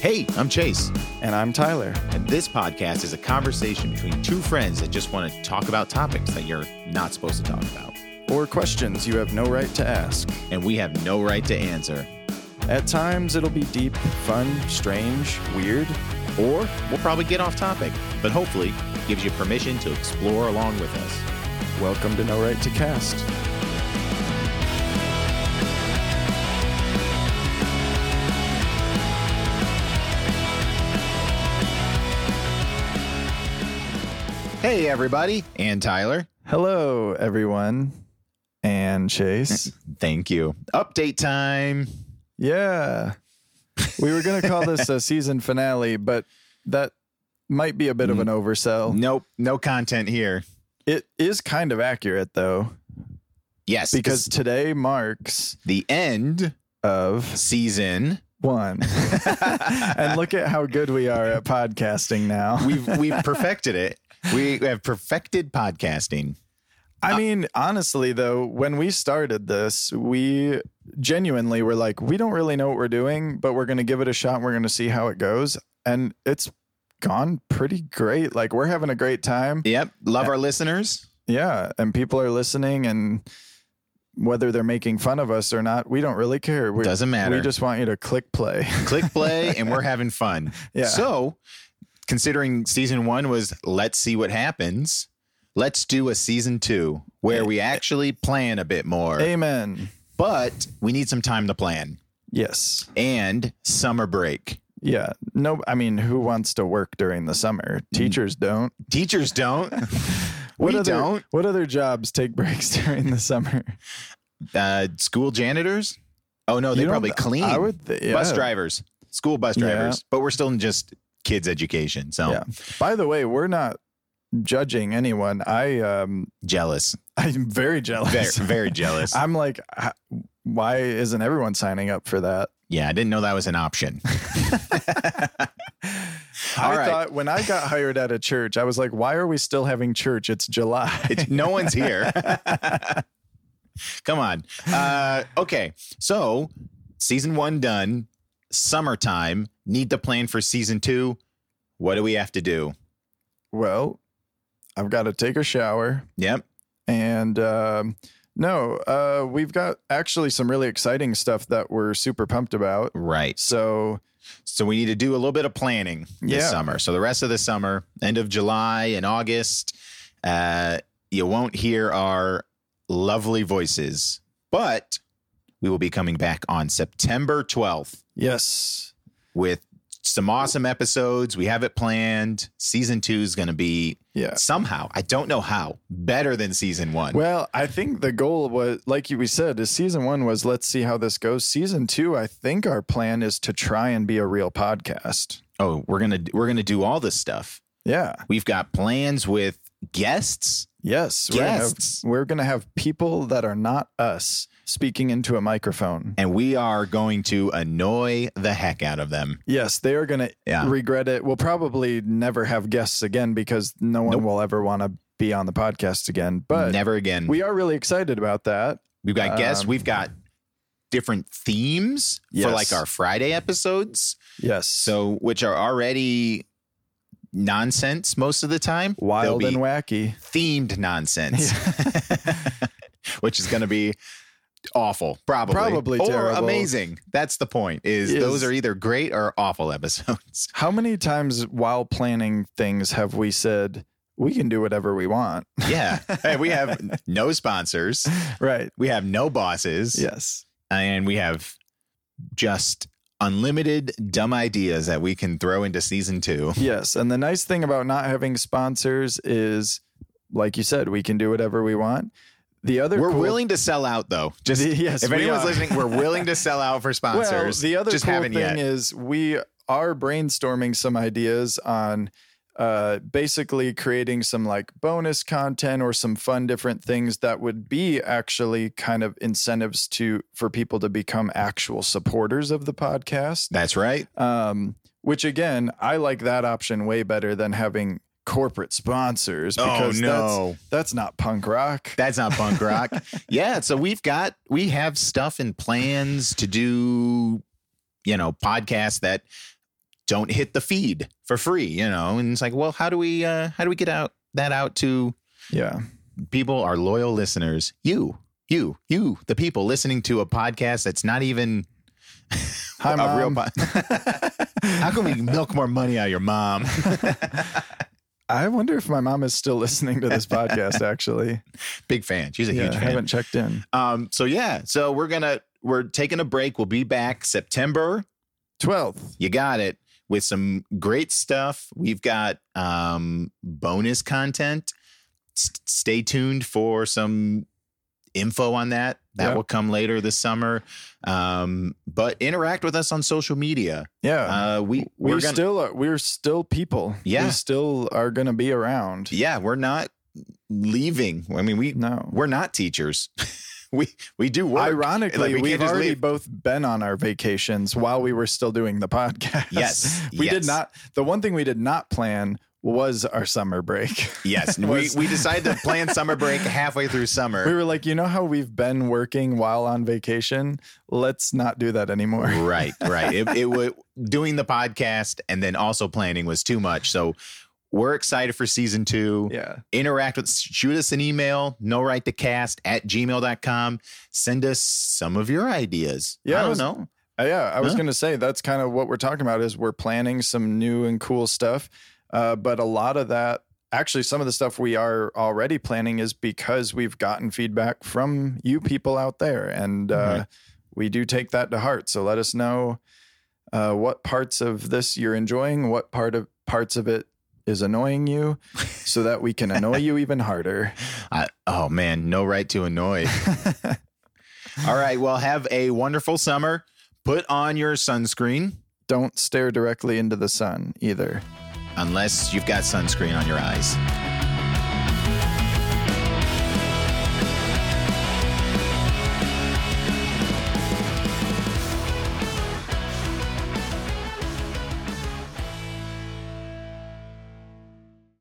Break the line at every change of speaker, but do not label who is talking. Hey, I'm Chase,
And I'm Tyler.
and this podcast is a conversation between two friends that just want to talk about topics that you're not supposed to talk about,
Or questions you have no right to ask.
and we have no right to answer.
At times, it'll be deep, fun, strange, weird.
Or we'll probably get off topic, but hopefully it gives you permission to explore along with us.
Welcome to No Right to Cast.
Hey, everybody, and Tyler.
Hello, everyone. And Chase.
Thank you. Update time.
yeah. We were going to call this a season finale, but that might be a bit of an oversell.
Nope, no content here.
It is kind of accurate, though,
Yes,
because
because
today marks
the end
of
season.
one. and look at how good we are at podcasting now.
We've we've perfected it. We have perfected podcasting. Uh,
I mean, honestly, though, when we started this, we genuinely were like, we don't really know what we're doing, but we're going to give it a shot. And we're going to see how it goes. And it's gone pretty great. Like, we're having a great time.
Yep, love our listeners.
Yeah. And people are listening. And whether they're making fun of us or not, we don't really care. we
Doesn't matter.
We just want you to click play.
click play and we're having fun.
Yeah.
So, considering season one was let's see what happens, let's do a season two where we actually plan a bit more,
Amen.
but we need some time to plan
Yes.
and summer break.
Yeah. No, I mean, who wants to work during the summer? Teachers don't.
Teachers don't. Mm. we
other,
don't.
What other jobs take breaks during the summer?
Uh, school janitors. Oh no, they
You don't-
probably clean.
I would th-
Bus
yeah.
drivers, school bus
Yeah.
drivers, but we're still in just kids education. So
Yeah. By the way, we're not judging anyone. I um
jealous,
I'm very
very,
jealous.
very jealous.
I'm like h- why isn't everyone signing up for that?
yeah, I didn't know that was an option. All
I
right.
thought when I got hired at a church, I was like, why are we still having church? It's July.
It's, no one's here. Come on. Uh, okay. So, season one done, summertime, need to plan for season two. What do we have to do?
well, I've got to take a shower.
Yep.
And um, no, uh, we've got actually some really exciting stuff that we're super pumped about.
Right.
So,
So, we need to do a little bit of planning this
Yeah.
summer. So, the rest of the summer, end of July and August, uh, you won't hear our lovely voices, but we will be coming back on September 12th.
yes,
with some awesome episodes. We have it planned. Season two is going to be
yeah.
somehow, I don't know how, better than season one.
Well, I think the goal was, like you- we said, is season one was let's see how this goes. Season two, I think our plan is to try and be a real podcast.
oh, we're gonna we're gonna do all this stuff.
Yeah.
We've got plans with guests.
Yes. We're gonna have-
Guests.
We're going to have people that are not us speaking into a microphone.
And we are going to annoy the heck out of them.
Yes, they are going to
Yeah.
regret it. We'll probably never have guests again because no one
Nope.
will ever want to be on the podcast again. But
Never again. We,
we are really excited about that.
have got guests.
um,
We've got different themes for
Yes.
like our Friday episodes.
Yes.
So, which are already nonsense most of the time. They'll
wild
be
and wacky.
themed nonsense, which is going to be awful, probably,
Probably
or
terrible.
amazing. That's the point. Is,
Is-
those are either great or awful episodes.
How many times while planning things have we said, we can do whatever we want?
yeah, hey, we have no sponsors,
Right.
we have no bosses,
Yes.
and we have just unlimited dumb ideas that we can throw into season two.
Yes. And the nice thing about not having sponsors is, like you said, we can do whatever we want. The other
We're
cool-
willing to sell out though. Just
The- yes,
if
we
anyone's
are.
listening, we're willing to sell out for sponsors.
Well, the other
just
cool
haven't
thing
yet.
is we are brainstorming some ideas on uh, basically creating some like bonus content or some fun different things that would be actually kind of incentives to for people to become actual supporters of the podcast.
That's right.
Um, which again, I like that option way better than having corporate sponsors because
oh no.
that's that's not punk rock.
That's not punk rock. yeah, so we've got we have stuff and plans to do, you know, podcasts that don't hit the feed for free, you know. And it's like, well, how do we uh, how do we get out that out to
Yeah.
people, our loyal listeners, you, you, you, the people listening to a podcast that's not even
Hi,
a
Mom.
real podcast. how can we milk more money out of your mom?
I wonder if my mom is still listening to this podcast, actually.
Big fan. She's a
yeah,
huge
I
fan.
haven't checked in.
Um, so yeah, so we're gonna we're taking a break. We'll be back September.
12th.
You got it with some great stuff. We've got um, bonus content. S- stay tuned for some info on that. That
Yeah.
will come later this summer. Um, but interact with us on social media.
Yeah.
Uh, we
we're
we're gonna,
still are, we're still people.
Yeah.
We still are going to be around.
yeah, we're not leaving. I mean, we
No.
we're not teachers. we we do work. Like,
Ironically,
we can't
we have
just
already
leave.
both been on our vacations while we were still doing the podcast.
Yes,
We
yes.
did not the one thing we did not plan was our summer break.
Yes, we
Was-
we decided to plan summer break halfway through summer.
We were like, you know how we've been working while on vacation? Let's not do that anymore.
right right it, it was doing the podcast and then also planning was too much so we're excited for season two
Yeah.
interact with shoot us an email no right to cast at gmail.com send us some of your ideas
Yeah,
i
I
don't
was-
know
Uh, yeah, I was
Huh.
going to say that's kind of what we're talking about is we're planning some new and cool stuff, uh, but a lot of that, actually, some of the stuff we are already planning is because we've gotten feedback from you people out there, and uh,
Right.
we do take that to heart. So let us know uh, what parts of this you're enjoying, what part of parts of it is annoying you, so that we can annoy you even harder.
I, oh man no right to annoy all right well have a wonderful summer put on your sunscreen
Don't stare directly into the sun either.
unless you've got sunscreen on your eyes